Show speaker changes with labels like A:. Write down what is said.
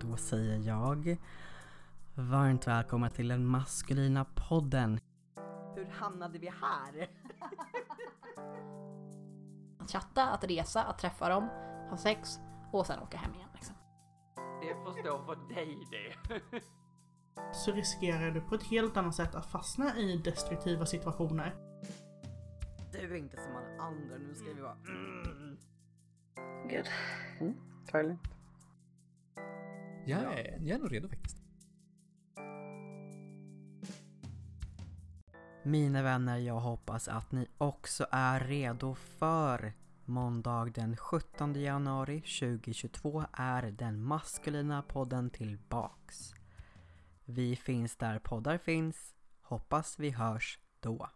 A: Då säger jag varmt välkomna till den maskulina podden. Hur hamnade vi här?
B: Att chatta, att resa, att träffa dem, ha sex och sen åka hem igen. Liksom.
C: Det får stå för dig det.
D: så riskerar du på ett helt annat sätt att fastna i destruktiva situationer.
A: Du är inte som alla andra, nu ska vi vara... Mm.
E: Gud. Mm, Farligt.
F: Jag är, jag är nog redo faktiskt.
A: Mina vänner, jag hoppas att ni också är redo för måndag den 17 januari 2022 är den maskulina podden tillbaks. Vi finns där poddar finns. Hoppas vi hörs då.